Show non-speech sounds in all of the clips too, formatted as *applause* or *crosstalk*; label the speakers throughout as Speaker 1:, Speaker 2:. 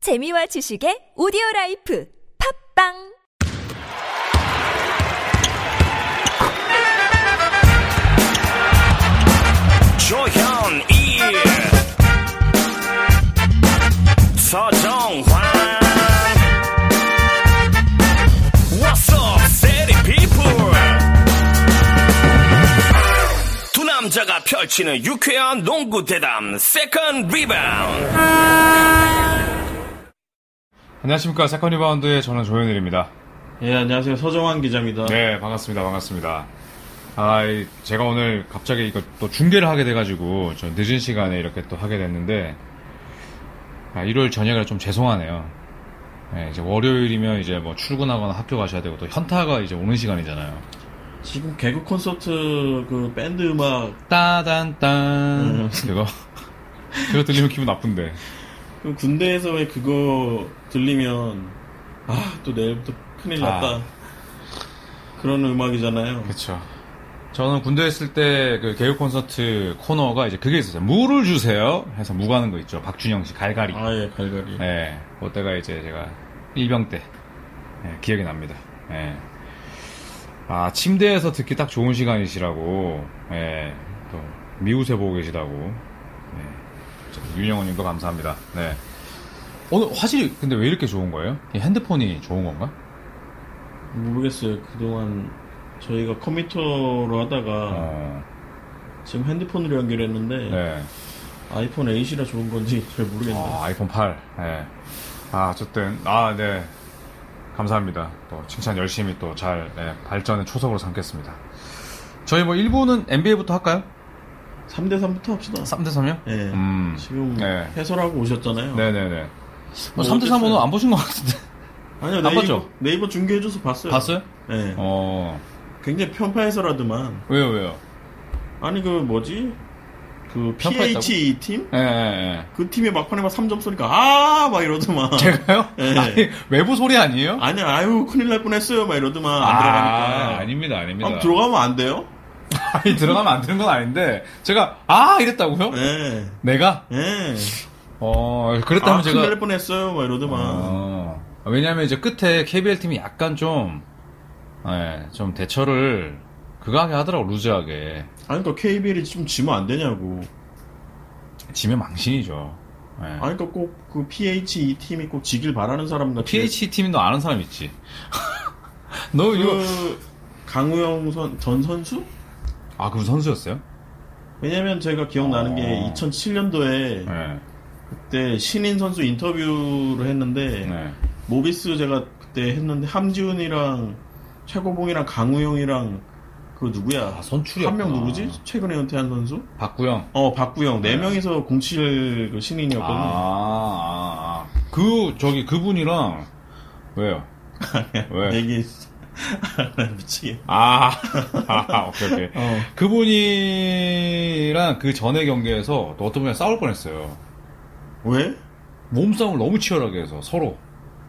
Speaker 1: 재미와 지식의 오디오 라이프 팝빵
Speaker 2: 조현이 서정환 What's up, city people? 두 남자가 펼치는 유쾌한 농구 대담 세컨 리바운드
Speaker 3: 안녕하십니까 세컨 리바운드의 저는 조현일입니다.
Speaker 4: 예, 안녕하세요. 서정환 기자입니다.
Speaker 3: 네 반갑습니다 반갑습니다. 아 이- 제가 오늘 갑자기 이거 또 중계를 하게 돼가지고 저 늦은 시간에 이렇게 또 하게 됐는데 아, 일요일 저녁이라 좀 죄송하네요. 예, 이제 월요일이면 이제 뭐 출근하거나 학교 가셔야 되고 또 현타가 이제 오는 시간이잖아요.
Speaker 4: 지금 개그 콘서트 그 밴드 음악
Speaker 3: 따단딴 그거 그거 들리면 기분 나쁜데.
Speaker 4: 그 군대에서 왜 그거 들리면 아 또 내일부터 큰일 났다
Speaker 3: 아.
Speaker 4: 그런 음악이잖아요.
Speaker 3: 그렇죠. 저는 군대 에 있을 때 그 개그 콘서트 코너가 이제 그게 있었어요. 무를 주세요 해서 무 가는 거 있죠. 박준영 씨 갈갈이.
Speaker 4: 아 예, 갈갈이.
Speaker 3: 예, 그때가 이제 제가 일병 때 예, 기억이 납니다. 예. 아 침대에서 듣기 딱 좋은 시간이시라고 예, 또 미우새 보고 계시다고 예. 저 윤영호님도 감사합니다. 네. 오늘 화질이 근데 왜 이렇게 좋은 거예요? 이 핸드폰이 좋은 건가?
Speaker 4: 모르겠어요. 그동안 저희가 컴퓨터로 하다가
Speaker 3: 어,
Speaker 4: 지금 핸드폰으로 연결했는데
Speaker 3: 네.
Speaker 4: 아이폰 8이라 좋은 건지 *laughs* 잘 모르겠네요.
Speaker 3: 아, 아이폰 8. 예. 아, 어쨌든, 아, 네. 감사합니다. 또 칭찬 열심히 또 잘, 예, 발전의 초석으로 삼겠습니다. 저희 뭐 1부는 NBA부터 할까요?
Speaker 4: 3대3부터 합시다.
Speaker 3: 3대3이요?
Speaker 4: 예.
Speaker 3: 음.
Speaker 4: 지금
Speaker 3: 네.
Speaker 4: 해설하고 오셨잖아요.
Speaker 3: 네네네.
Speaker 4: 뭐
Speaker 3: 3대3은
Speaker 4: 어땠어요?
Speaker 3: 안 보신 것 같은데.
Speaker 4: 아니요,
Speaker 3: 안
Speaker 4: 네이버,
Speaker 3: 봤죠?
Speaker 4: 네이버 중계해줘서 *laughs* 봤어요.
Speaker 3: 봤어요?
Speaker 4: 예.
Speaker 3: 어,
Speaker 4: 굉장히 편파해서라더만.
Speaker 3: 왜요, 왜요?
Speaker 4: 아니 그 뭐지? 그
Speaker 3: 편파했다고?
Speaker 4: PH 팀?
Speaker 3: 예, 예,
Speaker 4: 그 팀이 막판에 막 3점 쏘니까 아! 막 이러더만.
Speaker 3: 예. *laughs* 제가요?
Speaker 4: 예.
Speaker 3: 아니, 외부 소리 아니에요?
Speaker 4: 아니 아유 큰일 날 뻔했어요. 막 이러더만 안
Speaker 3: 아,
Speaker 4: 들어가니까.
Speaker 3: 아닙니다, 아닙니다.
Speaker 4: 아, 들어가면 안 돼요?
Speaker 3: 아니, 들어가면 안 되는 건 아닌데, 제가, 아! 이랬다고요?
Speaker 4: 예.
Speaker 3: 내가?
Speaker 4: 예.
Speaker 3: 어, 그랬다면
Speaker 4: 아,
Speaker 3: 제가.
Speaker 4: 큰일 날 뻔했어요. 막 이러더만.
Speaker 3: 어, 왜냐하면 이제 끝에 KBL 팀이 약간 좀, 예, 좀 대처를 그하게 하더라고 루즈하게
Speaker 4: 아니 그러니까 KBL이 좀 지면 안 되냐고.
Speaker 3: 지면 망신이죠. 예.
Speaker 4: 아니 그러니까 꼭 그 PH 팀이 꼭 지길 바라는 사람 같은
Speaker 3: PH 팀이 너 아는 사람 있지? *laughs* 너 E 이거
Speaker 4: 그 강우영 선, 전 선수?
Speaker 3: 아 그분 선수였어요?
Speaker 4: 왜냐면 제가 기억나는
Speaker 3: 어.
Speaker 4: 게 2007년도에
Speaker 3: 예,
Speaker 4: 그때 신인 선수 인터뷰를 했는데
Speaker 3: 예.
Speaker 4: 모비스 제가 그때 했는데 함지훈이랑 최고봉이랑 강우영이랑 그 누구야?
Speaker 3: 아 선출이
Speaker 4: 한 명 누구지? 최근에 은퇴한 선수?
Speaker 3: 박구영.
Speaker 4: 어 박구영 네
Speaker 3: 네.
Speaker 4: 명이서 07그
Speaker 3: 아,
Speaker 4: 신인이었거든요.
Speaker 3: 아, 아. 그 저기 그분이랑 왜요? 왜?
Speaker 4: 얘기 네 *laughs* 나 미치게.
Speaker 3: 아, *laughs* 아 오케이 오케이.
Speaker 4: 어.
Speaker 3: 그분이랑 그 전에 경기에서 또 어떤 분이랑 싸울 뻔했어요.
Speaker 4: 왜?
Speaker 3: 몸싸움을 너무 치열하게 해서 서로.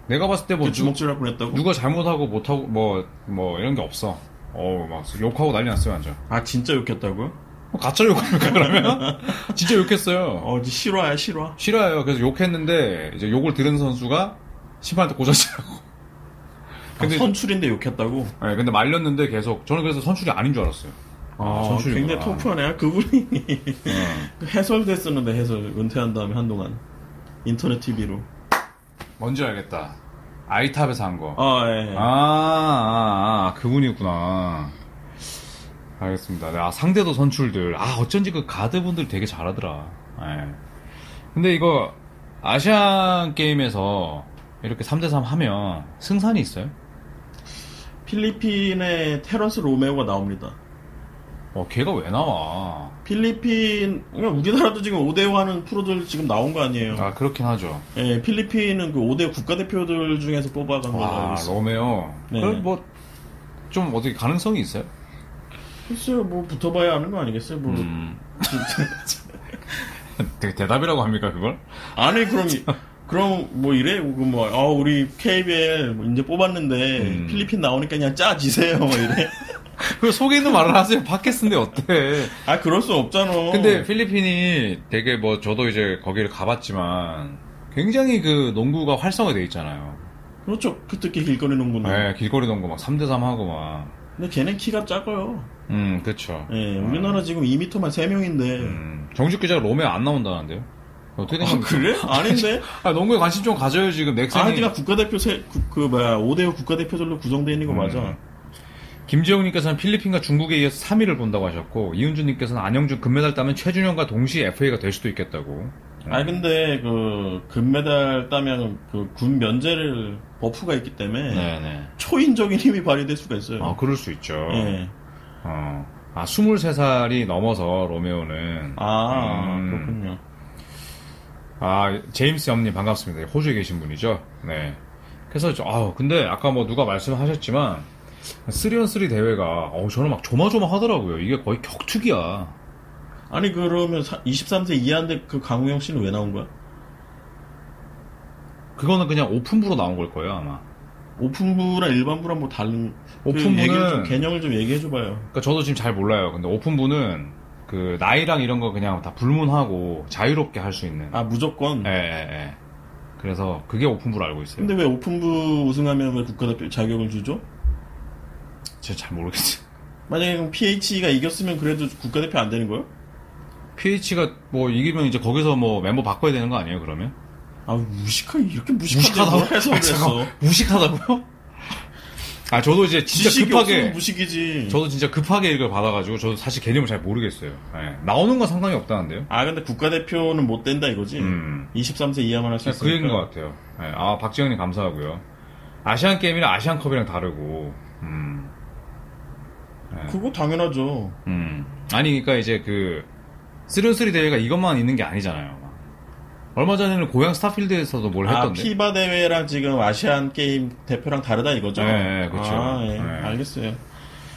Speaker 3: 내가 봤을 때 뭐
Speaker 4: 그 주먹질 할 뻔했다고?
Speaker 3: 누가 잘못하고 못하고 뭐 뭐 이런 게 없어. 어우 막 욕하고 난리 났어요 완전.
Speaker 4: 아 진짜 욕했다고요?
Speaker 3: 뭐 가짜 욕합니까
Speaker 4: *laughs*
Speaker 3: 그러면? 진짜 욕했어요.
Speaker 4: 어 이제 실화야 실화.
Speaker 3: 싫어요. 그래서 욕했는데 이제 욕을 들은 선수가 심판한테 고자치라고. 근데
Speaker 4: 아, 선출인데 욕했다고?
Speaker 3: 예, 근데 말렸는데 계속 저는 그래서 선출이 아닌 줄 알았어요.
Speaker 4: 아,
Speaker 3: 선출이구나.
Speaker 4: 굉장히 터프하네. 그분이 *laughs* 해설됐었는데 해설 은퇴한 다음에 한동안 인터넷 TV로.
Speaker 3: 뭔지 알겠다. 아이탑에서 한 거.
Speaker 4: 아 예.
Speaker 3: 아, 아, 아, 그분이었구나. 알겠습니다. 네, 아, 상대도 선출들. 아, 어쩐지 그 가드분들 되게 잘하더라. 예. 근데 이거, 아시안 게임에서 이렇게 3대3 하면 승산이 있어요?
Speaker 4: 필리핀의 테런스 로메오가 나옵니다.
Speaker 3: 어, 걔가 왜 나와?
Speaker 4: 필리핀 그러니까 우리나라도 지금 5대5 하는 프로들 지금 나온 거 아니에요.
Speaker 3: 아, 그렇긴 하죠.
Speaker 4: 예, 필리핀은 그 5대 국가대표들 중에서 뽑아간 걸로 알고
Speaker 3: 와,
Speaker 4: 뭐 있어요.
Speaker 3: 로메오.
Speaker 4: 네.
Speaker 3: 그럼 뭐, 좀 어떻게 가능성이 있어요?
Speaker 4: 글쎄요, 뭐 붙어봐야 하는 거 아니겠어요? 뭐
Speaker 3: *laughs* 되게 대답이라고 합니까, 그걸?
Speaker 4: 아니 그럼 그럼 뭐 이래 그뭐 아, 우리 KBL 뭐 이제 뽑았는데
Speaker 3: 음.
Speaker 4: 필리핀 나오니까 그냥 짜지세요 뭐 *laughs* 이래.
Speaker 3: 그 속에 있는 말을 하세요. 팟캐스트인데 어때?
Speaker 4: 아 그럴 수 없잖아.
Speaker 3: 근데 필리핀이 되게 뭐 저도 이제 거기를 가봤지만 굉장히 그 농구가 활성화돼 있잖아요.
Speaker 4: 그렇죠. 그 특히 길거리 농구는.
Speaker 3: 네, 길거리 농구 막 3대3 하고 막.
Speaker 4: 근데 걔는 키가 작아요.
Speaker 3: 음, 그쵸.
Speaker 4: 예, 우리나라 지금 2m만 3명인데.
Speaker 3: 음, 정식 기자가 롬에 안 나온다는데요? 어떻게 된
Speaker 4: 아,
Speaker 3: 겁니까?
Speaker 4: 그래? 아닌데?
Speaker 3: 아, 농구에 관심 좀 가져요, 지금. 넥센이.
Speaker 4: 아르디가 국가대표 세, 그, 그 뭐야, 5대5 국가대표들로 구성되어 있는 거
Speaker 3: 음.
Speaker 4: 맞아.
Speaker 3: 김지영님께서는 필리핀과 중국에 이어서 3위를 본다고 하셨고, 이은주님께서는 안영준 금메달 따면 최준영과 동시 FA가 될 수도 있겠다고. 어,
Speaker 4: 아 근데 그 금메달 따면 그 군 면제를 버프가 있기 때문에
Speaker 3: 네네.
Speaker 4: 초인적인 힘이 발휘될 수가 있어요.
Speaker 3: 아, 그럴 수 있죠.
Speaker 4: 예.
Speaker 3: 어. 아, 23살이 넘어서 로메오는.
Speaker 4: 아,
Speaker 3: 음.
Speaker 4: 그렇군요.
Speaker 3: 아, 제임스 형님 반갑습니다. 호주에 계신 분이죠. 네. 그래서 저, 아, 근데 아까 뭐 누가 말씀하셨지만 3on3 대회가 어, 저는 막 조마조마하더라고요. 이게 거의 격투기야.
Speaker 4: 아니 그러면 사- 23세 이하인데 그 강우영 씨는 왜 나온 거야?
Speaker 3: 그거는 그냥 오픈부로 나온 걸 거예요, 아마.
Speaker 4: 오픈부랑 일반부랑 뭐 다른 그
Speaker 3: 오픈부는-
Speaker 4: 얘기를 좀 개념을 좀 얘기해 줘봐요.
Speaker 3: 그러니까 저도 지금 잘 몰라요. 근데 오픈부는 그 나이랑 이런 거 그냥 다 불문하고 자유롭게 할 수 있는.
Speaker 4: 아 무조건.
Speaker 3: 예, 예, 예. 그래서 그게 오픈부로 알고 있어요.
Speaker 4: 근데 왜 오픈부 우승하면 왜 국가대표 자격을 주죠?
Speaker 3: 제가 잘 모르겠어요. *laughs*
Speaker 4: 만약에 그럼 PH가 이겼으면 그래도 국가대표 안 되는 거예요?
Speaker 3: PH가 뭐 이기면 이제 거기서 뭐 멤버 바꿔야 되는 거 아니에요, 그러면?
Speaker 4: 아 무식하 이렇게 무식하다
Speaker 3: 무식하다고
Speaker 4: 뭘 해서
Speaker 3: 아, 잠깐만.
Speaker 4: 그랬어.
Speaker 3: 무식하다고요? 아 저도 이제 진짜
Speaker 4: 지식이
Speaker 3: 급하게
Speaker 4: 없으면 무식이지.
Speaker 3: 저도 진짜 급하게 이걸 받아가지고 저도 사실 개념을 잘 모르겠어요. 예. 나오는 건 상관이 없다는데요.
Speaker 4: 아 근데 국가대표는 못 된다 이거지.
Speaker 3: 음.
Speaker 4: 23세 이하만 할 수
Speaker 3: 그냥
Speaker 4: 있으니까.
Speaker 3: 그 얘기인 것 같아요. 예. 아 박지영님 감사하고요. 아시안 게임이랑 아시안컵이랑 다르고. 음.
Speaker 4: 네. 그거 당연하죠.
Speaker 3: 음. 아니, 그니까 이제 그, 3on3 대회가 이것만 있는 게 아니잖아요. 막. 얼마 전에는 고향 스타필드에서도 뭘
Speaker 4: 아
Speaker 3: 했던데.
Speaker 4: 피바 대회랑 지금 아시안 게임 대표랑 다르다 이거죠.
Speaker 3: 예, 예, 그쵸.
Speaker 4: 아, 예.
Speaker 3: 예.
Speaker 4: 알겠어요.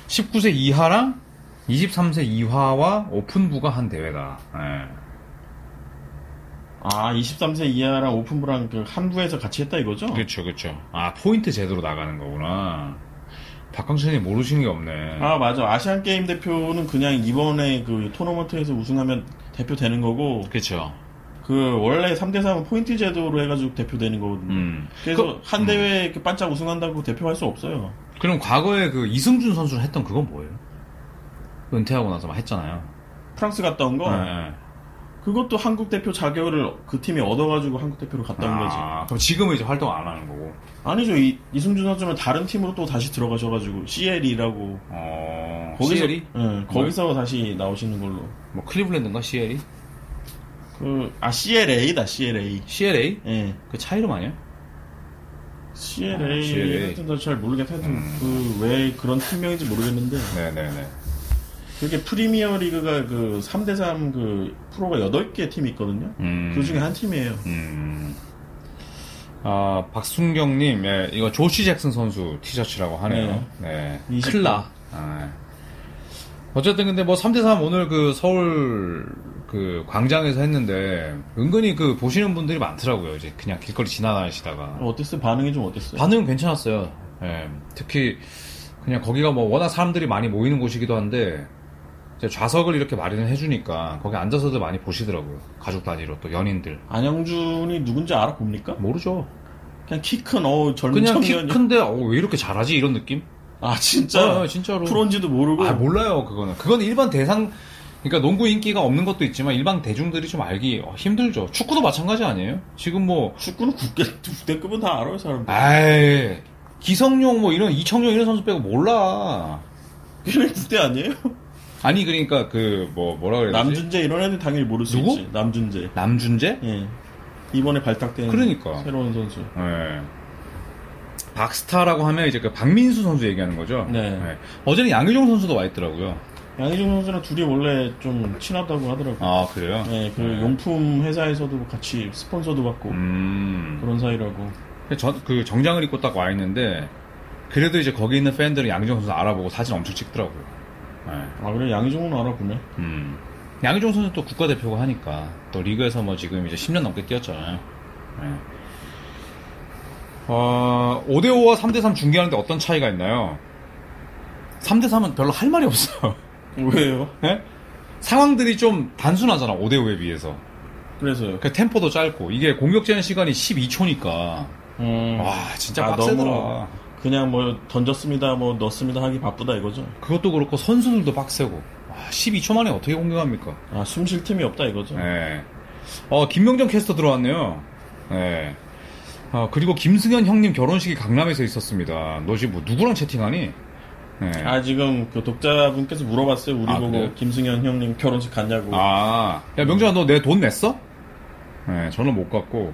Speaker 3: 19세 이하랑 23세 이하와 오픈부가 한 대회다. 예.
Speaker 4: 아 23세 이하랑 오픈부랑 그 한부에서 같이 했다 이거죠.
Speaker 3: 그쵸, 그쵸. 아, 포인트 제대로 나가는 거구나. 박광천이 모르시는 게 없네.
Speaker 4: 아 맞아 아시안 게임 대표는 그냥 이번에 그 토너먼트에서 우승하면 대표 되는 거고
Speaker 3: 그쵸.
Speaker 4: 그 원래 3대 3은 포인트 제도로 해가지고 대표 되는 거거든요.
Speaker 3: 음.
Speaker 4: 그래서 한 대회 이렇게 반짝 우승한다고 대표할 수 없어요.
Speaker 3: 그럼 과거에 그 이승준 선수를 했던 그건 뭐예요? 은퇴하고 나서 막 했잖아요.
Speaker 4: 프랑스 갔다 온 거.
Speaker 3: 예, 예.
Speaker 4: 그것도 한국 대표 자격을 그 팀이 얻어가지고 한국 대표로 갔다 온 거지.
Speaker 3: 아, 그럼 지금은 이제 활동 안 하는 거고.
Speaker 4: 아니죠. 이, 이승준 선수는 다른 팀으로 또 다시 들어가셔가지고 CL이라고
Speaker 3: 어,
Speaker 4: 거기서
Speaker 3: CL이?
Speaker 4: 예, 거기서 다시 나오시는 걸로.
Speaker 3: 뭐 클리블랜드인가 CL이?
Speaker 4: 그 아 CLA다 CLA.
Speaker 3: CLA?
Speaker 4: 예.
Speaker 3: 그 차이름 아니야?
Speaker 4: CLA,
Speaker 3: 아, CLA.
Speaker 4: 같은 걸잘 모르겠어요.
Speaker 3: 음.
Speaker 4: 그왜 그런 팀명인지 모르겠는데
Speaker 3: 네네네.
Speaker 4: 그게 프리미어 리그가 그 3대3 그 프로가 8개 팀이 있거든요.
Speaker 3: 음.
Speaker 4: 그 중에 한 팀이에요.
Speaker 3: 음. 아 박순경님, 예, 이거 조시 잭슨 선수 티셔츠라고 하네요. 네.
Speaker 4: 이십
Speaker 3: 클라. 아. 어쨌든 근데 뭐 3대3 오늘 그 서울 그 광장에서 했는데 은근히 그 보시는 분들이 많더라고요. 이제 그냥 길거리 지나다니시다가
Speaker 4: 어땠어요? 반응이 좀 어땠어요?
Speaker 3: 반응은 괜찮았어요. 예, 특히 그냥 거기가 뭐 워낙 사람들이 많이 모이는 곳이기도 한데 이제 좌석을 이렇게 마련을 해주니까 거기 앉아서도 많이 보시더라고요. 가족 단위로 또 연인들
Speaker 4: 안영준이 누군지 알아봅니까?
Speaker 3: 모르죠.
Speaker 4: 그냥 키 큰, 어 젊은
Speaker 3: 그냥 키
Speaker 4: 청년.
Speaker 3: 큰데 어, 왜 이렇게 잘하지 이런 느낌?
Speaker 4: 아 진짜
Speaker 3: 아, 진짜로.
Speaker 4: 프로인지도 모르고
Speaker 3: 아 몰라요 그거는. 그건 일반 대상 그러니까 농구 인기가 없는 것도 있지만 일반 대중들이 좀 알기 어, 힘들죠. 축구도 마찬가지 아니에요? 지금 뭐
Speaker 4: 축구는 국대 국대급은 다 알아요 사람들.
Speaker 3: 아이 기성용 뭐 이런 이청용 이런 선수 빼고 몰라.
Speaker 4: 걔네 국대 아니에요?
Speaker 3: 아니 그러니까 그 뭐 뭐라 그래야 되지?
Speaker 4: 남준재 이런 애들 당연히 모를 수
Speaker 3: 누구?
Speaker 4: 있지. 남준재.
Speaker 3: 남준재?
Speaker 4: 예. 이번에 발탁된
Speaker 3: 그러니까.
Speaker 4: 새로운 선수.
Speaker 3: 예. 박스타라고 하면 이제 그 박민수 선수 얘기하는 거죠.
Speaker 4: 네.
Speaker 3: 예. 어제는 양효종 선수도 와 있더라고요.
Speaker 4: 양희종 선수랑 둘이 원래 좀 친하다고 하더라고. 요
Speaker 3: 아 그래요?
Speaker 4: 예, 그 용품 회사에서도 같이 스폰서도 받고
Speaker 3: 음.
Speaker 4: 그런 사이라고.
Speaker 3: 저, 그 정장을 입고 딱 와 있는데 그래도 이제 거기 있는 팬들은 양효종 선수 알아보고 사진 엄청 찍더라고요. 예.
Speaker 4: 아 그래 양희종은 알아보네.
Speaker 3: 음. 양효종 선수 또 국가대표가 하니까 또 리그에서 뭐 지금 이제 10년 넘게 뛰었잖아요. 예. 어, 5대5와 3대3 중계하는데 어떤 차이가 있나요? 3대3은 별로 할 말이 없어요. *laughs* 네?
Speaker 4: 왜요?
Speaker 3: 예? 상황들이 좀 단순하잖아, 5대5에 비해서.
Speaker 4: 그래서요.
Speaker 3: 그 템포도 짧고 이게 공격제한 시간이 12초니까
Speaker 4: 음.
Speaker 3: 와 진짜
Speaker 4: 아,
Speaker 3: 빡세더라.
Speaker 4: 너무 그냥 뭐 던졌습니다, 뭐 넣었습니다 하기 바쁘다 이거죠.
Speaker 3: 그것도 그렇고 선수들도 빡세고 아, 12초 만에 어떻게 공격합니까?
Speaker 4: 아, 숨 쉴 틈이 없다 이거죠.
Speaker 3: 예. 어 김명정 캐스터 들어왔네요. 예. 어, 그리고 김승현 형님 결혼식이 강남에서 있었습니다. 너 지금 뭐 누구랑 채팅하니? 예.
Speaker 4: 아, 지금 그 독자분께서 물어봤어요. 우리
Speaker 3: 아,
Speaker 4: 보고
Speaker 3: 그래요?
Speaker 4: 김승현 형님 결혼식 갔냐고.
Speaker 3: 아, 야, 명준아, 너 내 돈 냈어? 예, 저는 못 갔고,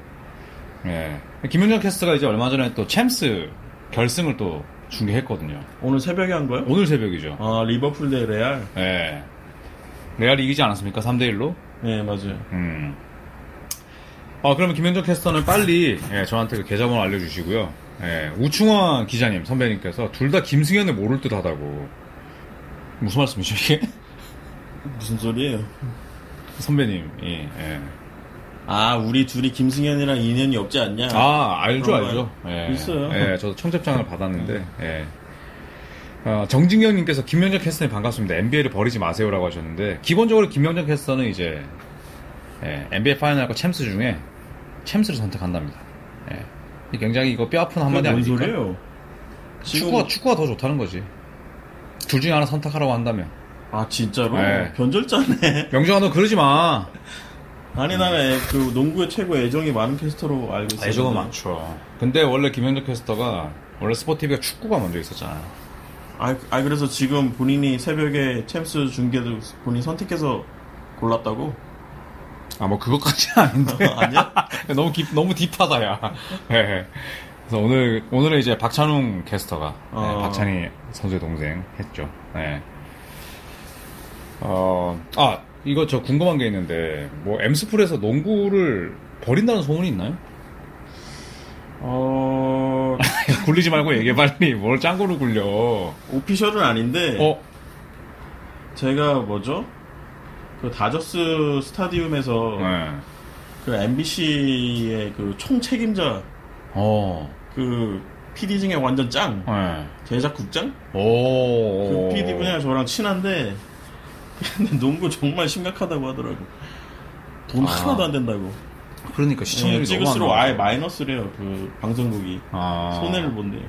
Speaker 3: 예. 김명준 캐스트가 이제 얼마 전에 또 챔스 결승을 또 중계했거든요.
Speaker 4: 오늘 새벽에 한 거예요?
Speaker 3: 오늘 새벽이죠.
Speaker 4: 아, 리버풀 대 레알.
Speaker 3: 예. 레알이 이기지 않았습니까? 3대1로?
Speaker 4: 네, 맞아요.
Speaker 3: 음. 아, 그러면 김현정 캐스터는 빨리 예, 저한테 그 계좌번호 알려주시고요. 예, 우충원 기자님, 선배님께서 둘 다 김승현을 모를 듯 하다고. 무슨 말씀이죠, 이게? *laughs*
Speaker 4: 무슨 소리예요?
Speaker 3: 선배님, 예, 예.
Speaker 4: 아, 우리 둘이 김승현이랑 인연이 없지 않냐?
Speaker 3: 아, 알죠,
Speaker 4: 그런
Speaker 3: 알죠.
Speaker 4: 거 있어요.
Speaker 3: 예, 저도 청첩장을 받았는데, 예. 어, 정진경님께서 김현정 캐스터님 반갑습니다. NBA를 버리지 마세요라고 하셨는데, 기본적으로 김현정 캐스터는 이제, 예, NBA 파이널과 챔스 중에 챔스를 선택한답니다. 예. 굉장히 이거 뼈 아픈
Speaker 4: 그게
Speaker 3: 한마디
Speaker 4: 뭔
Speaker 3: 아닙니까?
Speaker 4: 소리예요? 지금-
Speaker 3: 축구가, 축구가 더 좋다는 거지. 둘 중에 하나 선택하라고 한다면.
Speaker 4: 아, 진짜로?
Speaker 3: 네.
Speaker 4: 변절자네. *laughs*
Speaker 3: 명정아, 너 그러지 마.
Speaker 4: 아니, 나는 그 농구에 최고 애정이 많은 캐스터로 알고 있어요.
Speaker 3: 많죠. 근데 원래 김현정 캐스터가, 원래 스포티비가 축구가 먼저 있었잖아요.
Speaker 4: 아, 아, 그래서 지금 본인이 새벽에 챔스 중계도 본인 선택해서 골랐다고?
Speaker 3: 아, 뭐, 그것까지는 *laughs* 아닌데.
Speaker 4: 아니야?
Speaker 3: 너무 깊, 너무 딥하다, 야. *laughs* 예, 예. 그래서 오늘, 오늘은 이제 박찬웅 캐스터가, 예,
Speaker 4: 어.
Speaker 3: 박찬희 선수의 동생 했죠. 예. 어, 아, 이거 저 궁금한 게 있는데, 뭐, 엠스풀에서 농구를 버린다는 소문이 있나요?
Speaker 4: 어,
Speaker 3: *laughs* 굴리지 말고 얘기해, 빨리. 뭘 짱구로 굴려.
Speaker 4: 오피셜은 아닌데,
Speaker 3: 어,
Speaker 4: 제가 뭐죠? 그 다저스 스타디움에서
Speaker 3: 예.
Speaker 4: 그 MBC의 그 총책임자,
Speaker 3: 어,
Speaker 4: 그 PD 중에 완전 짱,
Speaker 3: 예.
Speaker 4: 제작국장?
Speaker 3: 오.
Speaker 4: 그 PD 분이랑 저랑 친한데, 근데 농구 정말 심각하다고 하더라고. 돈
Speaker 3: 아.
Speaker 4: 하나도 안 된다고.
Speaker 3: 그러니까 시청률이 너무 안
Speaker 4: 예, 찍을수록
Speaker 3: 나와.
Speaker 4: 아예 마이너스래요, 그 방송국이.
Speaker 3: 아.
Speaker 4: 손해를 본대요.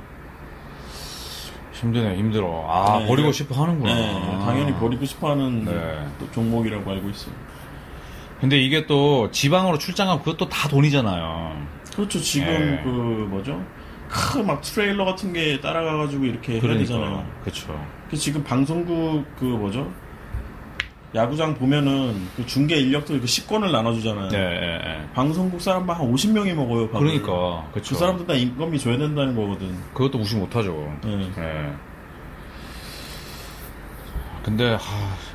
Speaker 3: 힘드네, 힘들어. 아,
Speaker 4: 네,
Speaker 3: 버리고
Speaker 4: 이게-
Speaker 3: 싶어 하는구나. 아.
Speaker 4: 네, 당연히 버리고 싶어 하는
Speaker 3: 네.
Speaker 4: 또 종목이라고 알고 있어요.
Speaker 3: 근데 이게 또 지방으로 출장하면 그것도 다 돈이잖아요.
Speaker 4: 그렇죠. 지금
Speaker 3: 예.
Speaker 4: 그 뭐죠? 큰막 트레일러 같은 게 따라가가지고 이렇게 해야 되잖아요.
Speaker 3: 그렇죠.
Speaker 4: 그 지금 방송국 그 뭐죠? 야구장 보면은 그 중계 인력들 그 10권을 나눠주잖아요.
Speaker 3: 예, 예, 예.
Speaker 4: 방송국 사람만 한 50명이 먹어요. 밥을.
Speaker 3: 그러니까 그렇죠.
Speaker 4: 그 사람들 다 인건비 줘야 된다는 거거든.
Speaker 3: 그것도 무시 못하죠.
Speaker 4: 예.
Speaker 3: 예. 근데 하,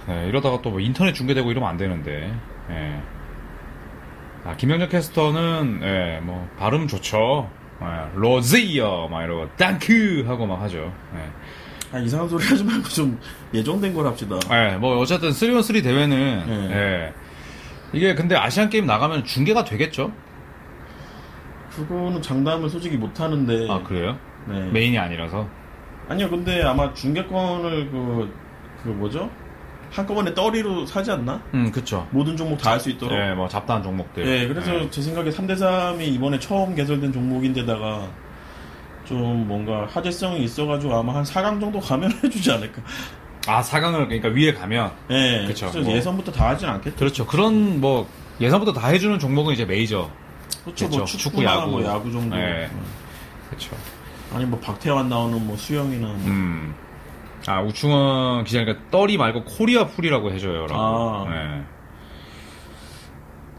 Speaker 3: 네, 이러다가 또뭐 인터넷 중계되고 이러면 안 되는데. 예. 아 김영재 캐스터는 예, 뭐 발음 좋죠. 예, 로지어 막 이러고 땡큐 하고 막 하죠. 예.
Speaker 4: 아, 이상한 소리 하지 말고 좀 예정된 걸 합시다.
Speaker 3: 예, 뭐 어쨌든 3on3 대회는
Speaker 4: 예.
Speaker 3: 예. 이게 근데 아시안 게임 나가면 중계가 되겠죠?
Speaker 4: 그거는 장담을 솔직히 못 하는데.
Speaker 3: 아 그래요?
Speaker 4: 네.
Speaker 3: 메인이 아니라서.
Speaker 4: 아니요, 근데 아마 중계권을 그, 그 뭐죠? 한꺼번에 떠리로 사지 않나?
Speaker 3: 음, 그쵸.
Speaker 4: 모든 종목 다 할 수 있도록.
Speaker 3: 예, 뭐 잡다한 종목들. 네.
Speaker 4: 예, 그래서 제 생각에 3대3이 이번에 처음 개설된 종목인데다가 좀 뭔가 화제성이 있어가지고 아마 한 4강 정도 가면 *laughs* 해주지 않을까.
Speaker 3: 아 4강을 그러니까 위에 가면
Speaker 4: 예,
Speaker 3: 그쵸,
Speaker 4: 그래서
Speaker 3: 뭐.
Speaker 4: 예선부터 다 하진 않겠죠.
Speaker 3: 그렇죠. 그런 뭐 예상부터 다 해주는 종목은 이제 메이저.
Speaker 4: 그렇죠, 뭐
Speaker 3: 그쵸, 축구,
Speaker 4: 축구나
Speaker 3: 야구.
Speaker 4: 뭐 야구 정도. 음.
Speaker 3: 예. 그렇죠.
Speaker 4: 아니 뭐 박태환 나오는 뭐 수영이나.
Speaker 3: 음. 아 우충원 기자니까 떨이 말고 코리아 풀이라고 해줘요라고.
Speaker 4: 아.
Speaker 3: 예.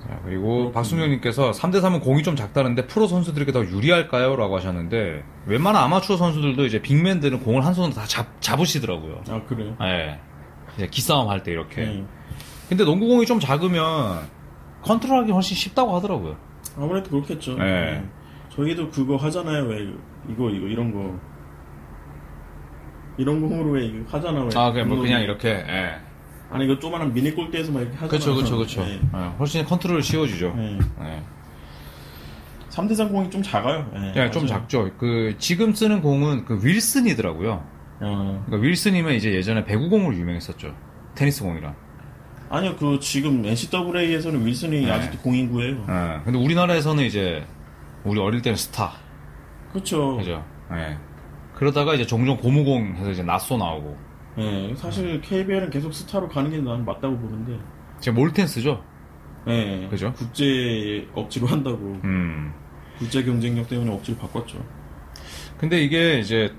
Speaker 3: 자, 그리고 박순영님께서 3대3은 공이 좀 작다는데 프로 선수들에게 더 유리할까요? 라고 하셨는데 웬만한 아마추어 선수들도 이제 빅맨들은 공을 한 손으로 다 잡, 잡으시더라고요.
Speaker 4: 아 그래요.
Speaker 3: 예. 이제 기싸움 할 때 이렇게.
Speaker 4: 예.
Speaker 3: 근데 농구공이 좀 작으면 컨트롤하기 훨씬 쉽다고 하더라고요.
Speaker 4: 아무래도 그렇겠죠.
Speaker 3: 예.
Speaker 4: 예. 저희도 그거 하잖아요. 왜 이거 이거 이런 거 이런 공으로 왜 이거 하잖아. 왜.
Speaker 3: 아, 그냥 뭐
Speaker 4: 운동이.
Speaker 3: 그냥 이렇게. 예.
Speaker 4: 아니 이거 조만한 미니 골대에서 막 이렇게 하잖아.
Speaker 3: 그렇죠, 그렇죠, 그렇죠.
Speaker 4: 예.
Speaker 3: 예, 훨씬 컨트롤 쉬워지죠.
Speaker 4: 예.
Speaker 3: 예.
Speaker 4: 3대 3 공이 좀 작아요. 예,
Speaker 3: 예, 좀
Speaker 4: 맞아요.
Speaker 3: 작죠. 그 지금 쓰는 공은 그 윌슨이더라고요.
Speaker 4: 어,
Speaker 3: 그러니까 윌슨이면 이제 예전에 배구공으로 유명했었죠. 테니스 공이랑.
Speaker 4: 아니요, 그 지금 NCAA에서는 윌슨이
Speaker 3: 네.
Speaker 4: 아직도 공인구예요.
Speaker 3: 예. 근데 우리나라에서는 이제 우리 어릴 때는 스타
Speaker 4: 그렇죠.
Speaker 3: 그죠. 예. 그러다가 이제 종종 고무공 해서 이제 낫소 나오고
Speaker 4: 예, 사실 KBL은 계속 스타로 가는 게 나는 맞다고 보는데.
Speaker 3: 지금 몰텐스죠.
Speaker 4: 예,
Speaker 3: 그죠?
Speaker 4: 국제 억지로 한다고
Speaker 3: 음.
Speaker 4: 국제 경쟁력 때문에 억지로 바꿨죠.
Speaker 3: 근데 이게 이제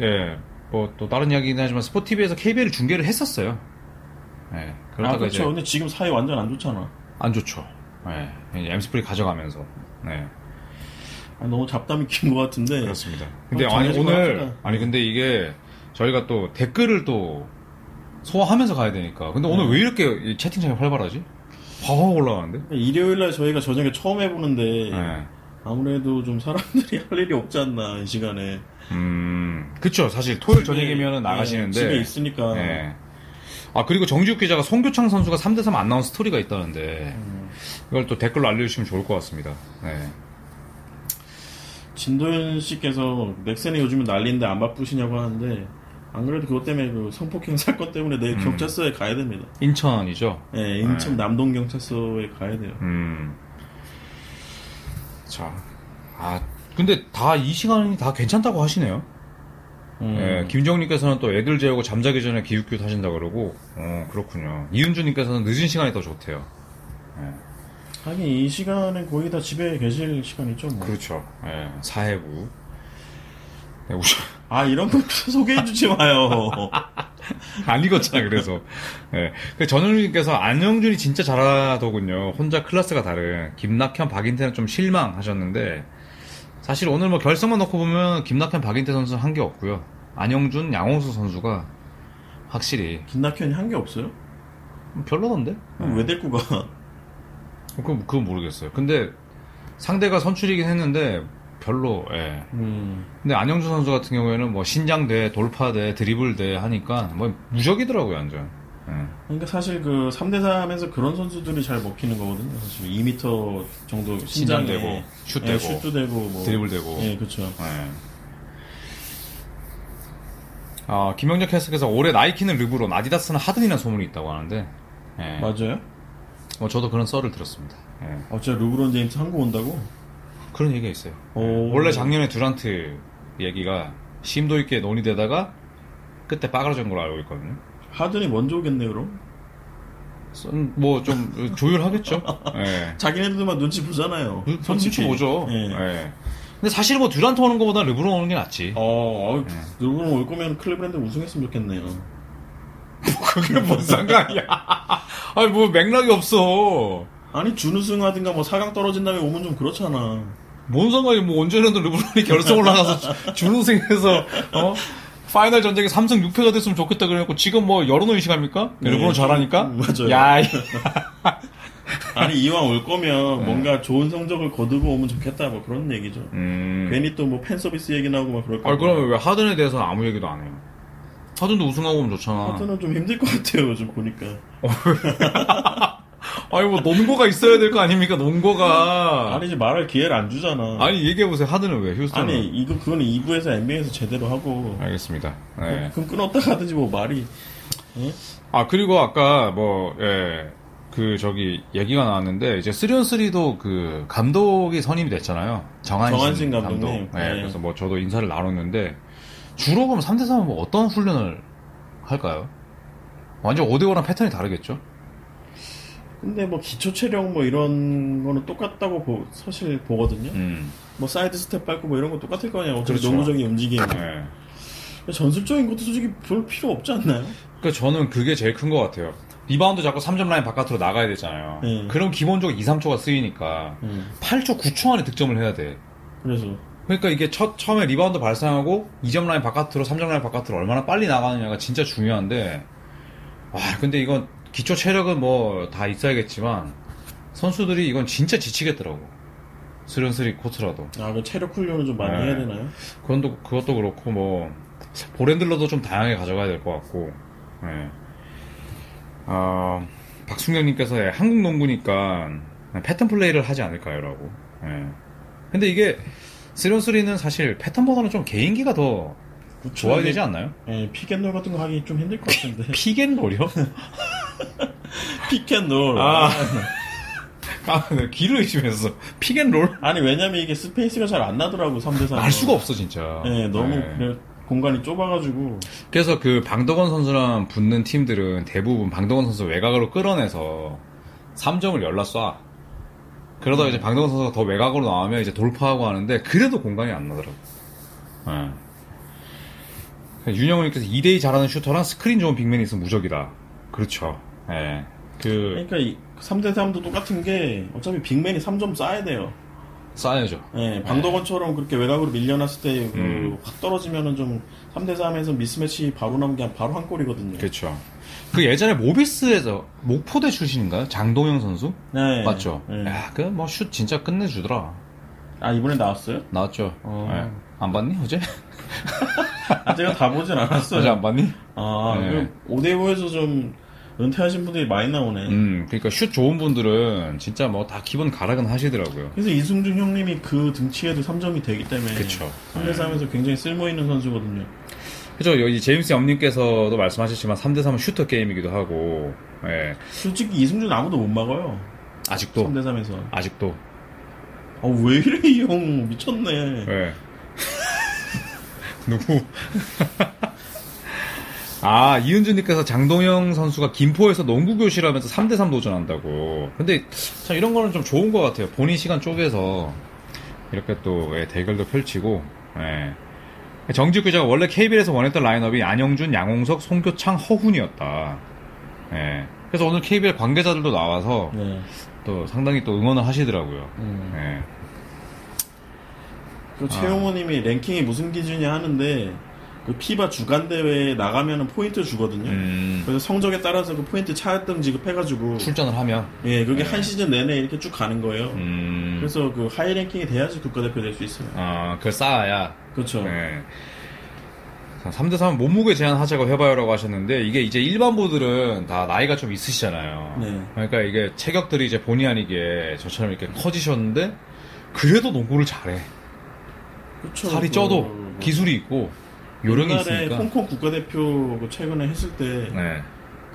Speaker 3: 예. 뭐 또 다른 이야기긴 하지만 스포티비에서 KBL 중계를 했었어요. 예.
Speaker 4: 아,
Speaker 3: 그러다가
Speaker 4: 그렇죠.
Speaker 3: 이제
Speaker 4: 근데 지금 사회 완전 안 좋잖아.
Speaker 3: 안 좋죠. 예. 이제 엠스프리 가져가면서. 네.
Speaker 4: 아, 너무 잡담이 긴 것 같은데.
Speaker 3: 그렇습니다. 근데
Speaker 4: 그럼
Speaker 3: 아니
Speaker 4: 정해지고
Speaker 3: 오늘
Speaker 4: 합시다.
Speaker 3: 아니 근데 이게 저희가 또 댓글을 또 소화하면서 가야 되니까. 근데 오늘 왜 이렇게 이 채팅창이 활발하지? 화확 올라가는데.
Speaker 4: 일요일 날 저희가 저녁에 처음 해보는데
Speaker 3: 예.
Speaker 4: 아무래도 좀 사람들이 *laughs* 할 일이 없지 않나 이 시간에
Speaker 3: 음. 그쵸. 사실 토요일 저녁이면
Speaker 4: 예,
Speaker 3: 은 나가시는데.
Speaker 4: 집에 있으니까
Speaker 3: 예. 아 그리고 정지욱 기자가 송교창 선수가 3대3 안 나온 스토리가 있다는데 이걸 또 댓글로 알려주시면 좋을 것 같습니다. 네.
Speaker 4: 진도현 씨께서 넥센이 요즘은 난리인데 안 바쁘시냐고 하는데 안 그래도 그것 때문에 그 성폭행 *laughs* 사건 때문에
Speaker 3: 음.
Speaker 4: 내일 경찰서에 가야 됩니다.
Speaker 3: 인천이죠.
Speaker 4: 예, 인천
Speaker 3: 네.
Speaker 4: 남동 경찰서에 가야 돼요.
Speaker 3: 음. 자. 아, 근데 다 이 시간이 다 괜찮다고 하시네요.
Speaker 4: 음.
Speaker 3: 예, 김정님께서는 또 애들 재우고 잠자기 전에 기웃기웃 하신다 그러고, 어, 그렇군요. 이은주님께서는 늦은 시간이 더 좋대요.
Speaker 4: 하긴 이 시간은 거의 다 집에 계실 시간이죠. 뭐.
Speaker 3: 그렇죠. 예, 사회부. 네, 우리-
Speaker 4: 아 이런 거 *laughs* 소개해주지
Speaker 3: *laughs*
Speaker 4: 마요.
Speaker 3: 안 익었잖아, 그래서. 예. 그 전현우님께서 안영준이 진짜 잘하더군요. 혼자 클래스가 다른. 김낙현, 박인태는 좀 실망하셨는데, 사실 오늘 뭐 결승만 놓고 보면 김낙현, 박인태 선수는 한 게 없고요. 안영준, 양홍수 선수가 확실히
Speaker 4: 김낙현이 한 게 없어요?
Speaker 3: 별로던데?
Speaker 4: 그럼 왜 데리고 가?
Speaker 3: 그건, 그건 모르겠어요. 근데 상대가 선출이긴 했는데, 별로, 예.
Speaker 4: 음.
Speaker 3: 근데 안영준 선수 같은 경우에는 뭐 신장대, 돌파대, 드리블대 하니까 뭐 무적이더라고요, 완전. 예.
Speaker 4: 그러니까 사실 그 3대3에서 그런 선수들이 잘 먹히는 거거든요. 사실 2m 정도
Speaker 3: 신장
Speaker 4: 신장에
Speaker 3: 되고, 슛
Speaker 4: 예,
Speaker 3: 되고,
Speaker 4: 슛도 되고 뭐.
Speaker 3: 드리블 되고.
Speaker 4: 예, 그렇죠.
Speaker 3: 예. 아, 김영재 캐스트께서 올해 나이키는 르브론, 아디다스는 하든이라는 소문이 있다고 하는데, 예.
Speaker 4: 맞아요?
Speaker 3: 어, 저도 그런 썰을 들었습니다. 예.
Speaker 4: 어, 진짜 르브론 제임스 한국 온다고?
Speaker 3: 그런 얘기가 있어요. 예.
Speaker 4: 오.
Speaker 3: 원래 작년에 듀란트 얘기가 심도 있게 논의되다가 그때 빠그라진 걸로 알고 있거든요.
Speaker 4: 하든이 먼저 오겠네요, 그럼?
Speaker 3: 뭐
Speaker 4: *laughs*
Speaker 3: 좀 조율하겠죠. 예. 그
Speaker 4: 자기네들만 눈치 보잖아요.
Speaker 3: 손
Speaker 4: 솔직히.
Speaker 3: 음, 눈치 보죠.
Speaker 4: 예.
Speaker 3: 예. 근데 사실 뭐 듀란트 오는 것보다 르브론 오는 게 낫지.
Speaker 4: *laughs* 어, 어,
Speaker 3: 예.
Speaker 4: 르브론 올 거면 클리브랜드 우승했으면 좋겠네요.
Speaker 3: *laughs* 그게 뭔 상관이야. *laughs* 아니 뭐 맥락이 없어.
Speaker 4: 아니, 준우승하든가 뭐 4강 떨어진 다음에 오면 좀 그렇잖아.
Speaker 3: 뭔 상관이 뭐 언제라도 르브론이 결승
Speaker 4: *laughs*
Speaker 3: 올라가서 준우승에서 어? 파이널 전쟁에 삼승 6패가 됐으면 좋겠다 그래놓고 지금 뭐 열어놓으시갑니까?
Speaker 4: 네,
Speaker 3: 르브론 잘하니까?
Speaker 4: 음, 맞아요.
Speaker 3: 야, 이-
Speaker 4: 아니, 이왕 올 거면
Speaker 3: 네.
Speaker 4: 뭔가 좋은 성적을 거두고 오면 좋겠다, 뭐 그런 얘기죠. 괜히 또 뭐 팬 서비스 얘기 나오고 막 그럴 거
Speaker 3: 음. 아 그러면 왜 하든에 대해서는 아무 얘기도 안 해요? 하든도 우승하고 오면 좋잖아.
Speaker 4: 하드는 좀 힘들 것 같아요, 요즘 보니까.
Speaker 3: 아니 뭐 논거가 있어야 될 거 아닙니까? 논거가.
Speaker 4: 아니, 이제 말할 기회를 안 주잖아.
Speaker 3: 아니 얘기해 보세요. 하든은 왜 휴스턴?
Speaker 4: 아니, 이거, 그거는 2부에서 NBA에서 제대로 하고.
Speaker 3: 알겠습니다. 네.
Speaker 4: 그럼 끊었다 가든지 뭐 말이.
Speaker 3: 아 그리고 아까 뭐, 뭐예그 저기 얘기가 나왔는데 이제 3on3도 그 감독이 선임이 됐잖아요. 정한신,
Speaker 4: 정한신
Speaker 3: 감독.
Speaker 4: 감독님.
Speaker 3: 예,
Speaker 4: 네.
Speaker 3: 그래서 뭐 저도 인사를 나눴는데 주로 그럼 3대 3은 뭐 어떤 훈련을 할까요? 완전 5대 5랑 패턴이 다르겠죠?
Speaker 4: 근데 뭐 기초 체력 뭐 이런 거는 똑같다고 보- 사실 보거든요.
Speaker 3: 음.
Speaker 4: 뭐 사이드 스텝 밟고 뭐 이런 거 똑같을 거 아니야. 어차피
Speaker 3: 그렇죠.
Speaker 4: 농구적인 움직임.
Speaker 3: 예.
Speaker 4: 전술적인 것도 솔직히 별 필요 없지 않나요?
Speaker 3: 그러니까 저는 그게 제일 큰 것 같아요. 리바운드 잡고 3점 라인 바깥으로 나가야 되잖아요.
Speaker 4: 음.
Speaker 3: 그럼 기본적으로 2, 3초가 쓰이니까 8초, 9초 안에 득점을 해야 돼.
Speaker 4: 그래서
Speaker 3: 그러니까 이게 첫, 처음에 리바운드 발생하고 2점 라인 바깥으로, 3점 라인 바깥으로 얼마나 빨리 나가느냐가 진짜 중요한데, 와, 근데 이건 기초 체력은 뭐 다 있어야겠지만, 선수들이 이건 진짜 지치겠더라고. 스련스리 코트라도.
Speaker 4: 아, 그 체력 훈련을 좀 많이
Speaker 3: 네.
Speaker 4: 해야 되나요?
Speaker 3: 그건도, 그것도 그렇고, 뭐, 보랜들러도 좀 다양하게 가져가야 될 것 같고, 예. 아, 박승경님께서 예, 한국 농구니까 패턴 플레이를 하지 않을까요? 라고. 예. 근데 이게, 3on3는 사실 패턴보다는 좀 개인기가 더 좋아야 되지 않나요?
Speaker 4: 예, 피겟놀 같은 거 하기 좀 힘들 것 같은데.
Speaker 3: *laughs* 피겐롤이요?
Speaker 4: 피켄롤.
Speaker 3: 아.
Speaker 4: *laughs*
Speaker 3: 아, 네, 길을 의심했어. 픽앤롤?
Speaker 4: 아니 왜냐면 이게 스페이스가 잘 안 나더라고 3대3.
Speaker 3: 알 수가 없어, 진짜.
Speaker 4: 네, 너무
Speaker 3: 네.
Speaker 4: 그래- 공간이 좁아가지고
Speaker 3: 그래서 그 방덕원 선수랑 붙는 팀들은 대부분 방덕원 선수 외곽으로 끌어내서 3점을 열라 쏴.
Speaker 4: 음.
Speaker 3: 그러다가 이제 방덕원 선수가 더 외곽으로 나오면 이제 돌파하고 하는데 그래도 공간이 안 나더라고. 예. 윤영호님께서 2대2 잘하는 슈터랑 스크린 좋은 빅맨이 있으면 무적이다. 그렇죠. 예. 그,
Speaker 4: 그러니까 3대3도 똑같은 게 어차피 빅맨이 3점 쌓아야 돼요.
Speaker 3: 쌓여야죠.
Speaker 4: 예, 방덕원처럼 그렇게 외곽으로 밀려났을 때그 확
Speaker 3: 네. 음.
Speaker 4: 떨어지면은 좀 3대3에서 미스매치 바로 남은 게 바로 한 골이거든요.
Speaker 3: 그렇죠. 그 예전에 모비스에서 목포대 출신인가요? 장동영 선수?
Speaker 4: 네.
Speaker 3: 맞죠?
Speaker 4: 네.
Speaker 3: 야, 그 뭐 슛 진짜 끝내주더라.
Speaker 4: 아, 이번에 나왔어요?
Speaker 3: 나왔죠.
Speaker 4: 어.
Speaker 3: 예. 안 봤니
Speaker 4: *laughs*
Speaker 3: 어제?
Speaker 4: 아, 제가 다 보진
Speaker 3: *laughs* 어제
Speaker 4: 않았어요.
Speaker 3: 안 봤니?
Speaker 4: 아,
Speaker 3: 네.
Speaker 4: 오대오에서좀 은퇴하신 분들이 많이 나오네.
Speaker 3: 음, 그러니까 슛 좋은 분들은 진짜 뭐 다 기본 가락은 하시더라고요.
Speaker 4: 그래서 이승준 형님이 그 등치에도 3점이 되기 때문에
Speaker 3: 그쵸.
Speaker 4: 3대3에서 굉장히 쓸모있는 선수거든요.
Speaker 3: 그죠? 여기 제임스 염님께서도 말씀하셨지만 3대3은 슈터 게임이기도 하고, 예.
Speaker 4: 솔직히 이승준 아무도 못 막아요.
Speaker 3: 아직도,
Speaker 4: 3대3에서.
Speaker 3: 아직도,
Speaker 4: 아, 왜 이래, 이 형. 미쳤네.
Speaker 3: 예. *laughs* 누구? *laughs* 아, 이은주님께서 장동영 선수가 김포에서 농구 교실하면서 3대3 도전한다고. 근데 참 이런 거는 좀 좋은 것 같아요. 본인 시간 쪼개서 이렇게 또 예, 대결도 펼치고, 예. 정직 기자가 원래 KBL에서 원했던 라인업이 안영준, 양홍석, 송교창, 허훈이었다. 예. 그래서 오늘 KBL 관계자들도 나와서
Speaker 4: 네.
Speaker 3: 또 상당히 또 응원을 하시더라고요.
Speaker 4: 음.
Speaker 3: 예.
Speaker 4: 그
Speaker 3: 아.
Speaker 4: 최용호님이 랭킹이 무슨 기준이야 하는데 그 피바 주간 대회에 나가면은 포인트 주거든요.
Speaker 3: 음,
Speaker 4: 그래서 성적에 따라서 그 포인트 차등 지급해가지고
Speaker 3: 출전을 하면
Speaker 4: 예 그게 한 시즌 내내 이렇게 쭉 가는 거예요.
Speaker 3: 음.
Speaker 4: 그래서 그 하이 랭킹이 돼야지 국가대표 될 수 있어요.
Speaker 3: 아, 그걸 쌓아야.
Speaker 4: 그렇죠.
Speaker 3: 네. 3대3 몸무게 제한 하자고 해봐요라고 하셨는데, 이게 이제 일반부들은 다 나이가 좀 있으시잖아요.
Speaker 4: 네.
Speaker 3: 그러니까 이게 체격들이 이제 본의 아니게 저처럼 이렇게 커지셨는데, 그래도 농구를 잘해.
Speaker 4: 그렇죠.
Speaker 3: 살이
Speaker 4: 그
Speaker 3: 쪄도
Speaker 4: 뭐
Speaker 3: 기술이 있고, 요령이
Speaker 4: 옛날에
Speaker 3: 있으니까.
Speaker 4: 홍콩 국가대표 그 최근에 했을 때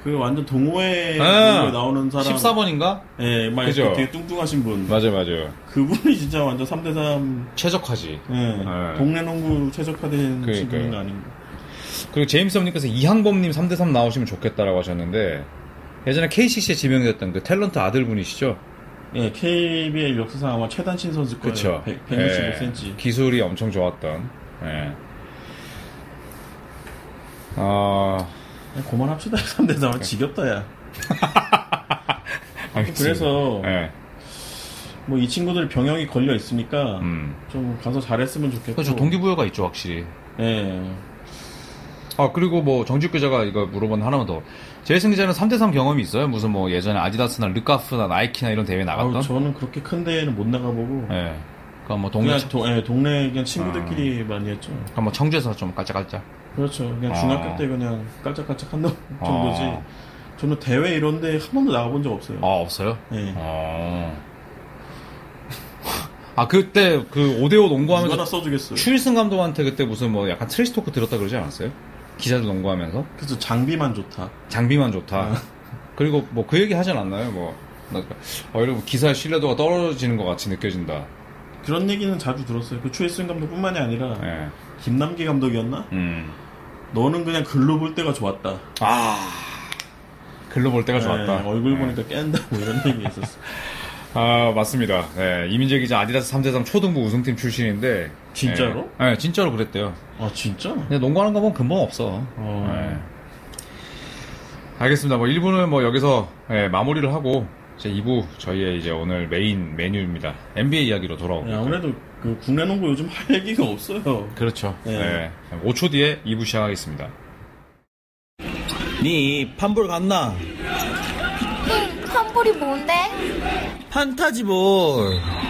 Speaker 4: 그
Speaker 3: 네.
Speaker 4: 완전 동호회
Speaker 3: 아,
Speaker 4: 에 나오는 사람
Speaker 3: 14번인가?
Speaker 4: 예, 막 이렇게
Speaker 3: 그죠.
Speaker 4: 되게 뚱뚱하신 분
Speaker 3: 맞아요, 맞아요.
Speaker 4: 그분이 진짜 완전 3대3 예,
Speaker 3: 최적화지. 네.
Speaker 4: 동네 농구 최적화된
Speaker 3: 그러니까요.
Speaker 4: 지금은 아닌가.
Speaker 3: 그리고 제임스 형님께서 이항범님 3대3 나오시면 좋겠다라고 하셨는데, 예전에 KCC에 지명됐던 그 탤런트 아들분이시죠?
Speaker 4: 예, KBL 역사상 아마 최단신 선수 거예요.
Speaker 3: 그쵸.
Speaker 4: 100,
Speaker 3: 예,
Speaker 4: 165cm.
Speaker 3: 기술이 엄청 좋았던. 예. 아,
Speaker 4: 야, 그만합시다. *laughs* 3대 나와 지겹다, 야.
Speaker 3: *laughs* 알겠습니다.
Speaker 4: 그래서-
Speaker 3: 예.
Speaker 4: 뭐 이 친구들 병역이 걸려 있으니까
Speaker 3: 음.
Speaker 4: 좀 가서 잘했으면 좋겠고.
Speaker 3: 그렇죠. 동기부여가 있죠, 확실히.
Speaker 4: 예.
Speaker 3: 아, 그리고 뭐, 정직 기자가 이거 물어본 하나만 더. 제이슨 기자는 3대3 경험이 있어요? 무슨 뭐, 예전에 아디다스나 르카프나 나이키나 이런 대회 나갔던?
Speaker 4: 아우, 저는 그렇게 큰 대회는 못 나가보고.
Speaker 3: 예. 그니까 뭐, 동네,
Speaker 4: 그냥 동, 예, 동네 그냥 친구들끼리 많이 했죠.
Speaker 3: 그러니까 뭐 청주에서 좀 깔짝깔짝.
Speaker 4: 그렇죠. 그냥 중학교
Speaker 3: 아.
Speaker 4: 때 그냥 깔짝깔짝 한다 정도지. 저는 대회 이런데 한 번도 나가본 적 없어요.
Speaker 3: 아, 없어요?
Speaker 4: 예.
Speaker 3: 어. *laughs* 아, 그때 그 5대5 농구하면서
Speaker 4: 누가나
Speaker 3: 네.
Speaker 4: 써주겠어요.
Speaker 3: 추일승 감독한테 그때 무슨 뭐 약간 트레시 토크 들었다 그러지 않았어요? 기자들 농구하면서
Speaker 4: 그래서 장비만 좋다.
Speaker 3: 장비만
Speaker 4: 네.
Speaker 3: 좋다. 그리고 뭐 그 얘기 하진 않나요? 뭐 나- 어, 이런 기사의 신뢰도가 떨어지는 것 같이 느껴진다.
Speaker 4: 그런 얘기는 자주 들었어요. 그 추일승 감독뿐만이 아니라
Speaker 3: 예.
Speaker 4: 김남기 감독이었나?
Speaker 3: 음.
Speaker 4: 너는 그냥 글로 볼 때가 좋았다.
Speaker 3: 아. 글로 볼 때가 좋았다. 예.
Speaker 4: 네, 얼굴 보니까 깬다고 이런 얘기 있었어.
Speaker 3: 아, 맞습니다. 예, 이민재 기자 아디다스 3대3 초등부 우승팀 출신인데.
Speaker 4: 진짜로?
Speaker 3: 예, 예, 진짜로 그랬대요.
Speaker 4: 아 진짜?
Speaker 3: 근데 농구하는 거 보면 근본 없어.
Speaker 4: 어.
Speaker 3: 예. 알겠습니다. 뭐 1부는 뭐 여기서 예, 마무리를 하고 이제 2부 저희의 이제 오늘 메인 메뉴입니다. NBA 이야기로
Speaker 4: 네,
Speaker 3: 돌아옵니다.
Speaker 4: 아무래도 그 국내 농구 요즘 할 얘기가 없어요.
Speaker 3: 그렇죠.
Speaker 4: 네.
Speaker 3: 예. 5초 뒤에 2부 시작하겠습니다.
Speaker 5: 니 판볼 갔나?
Speaker 6: 환불이 뭔데?
Speaker 5: 판타지볼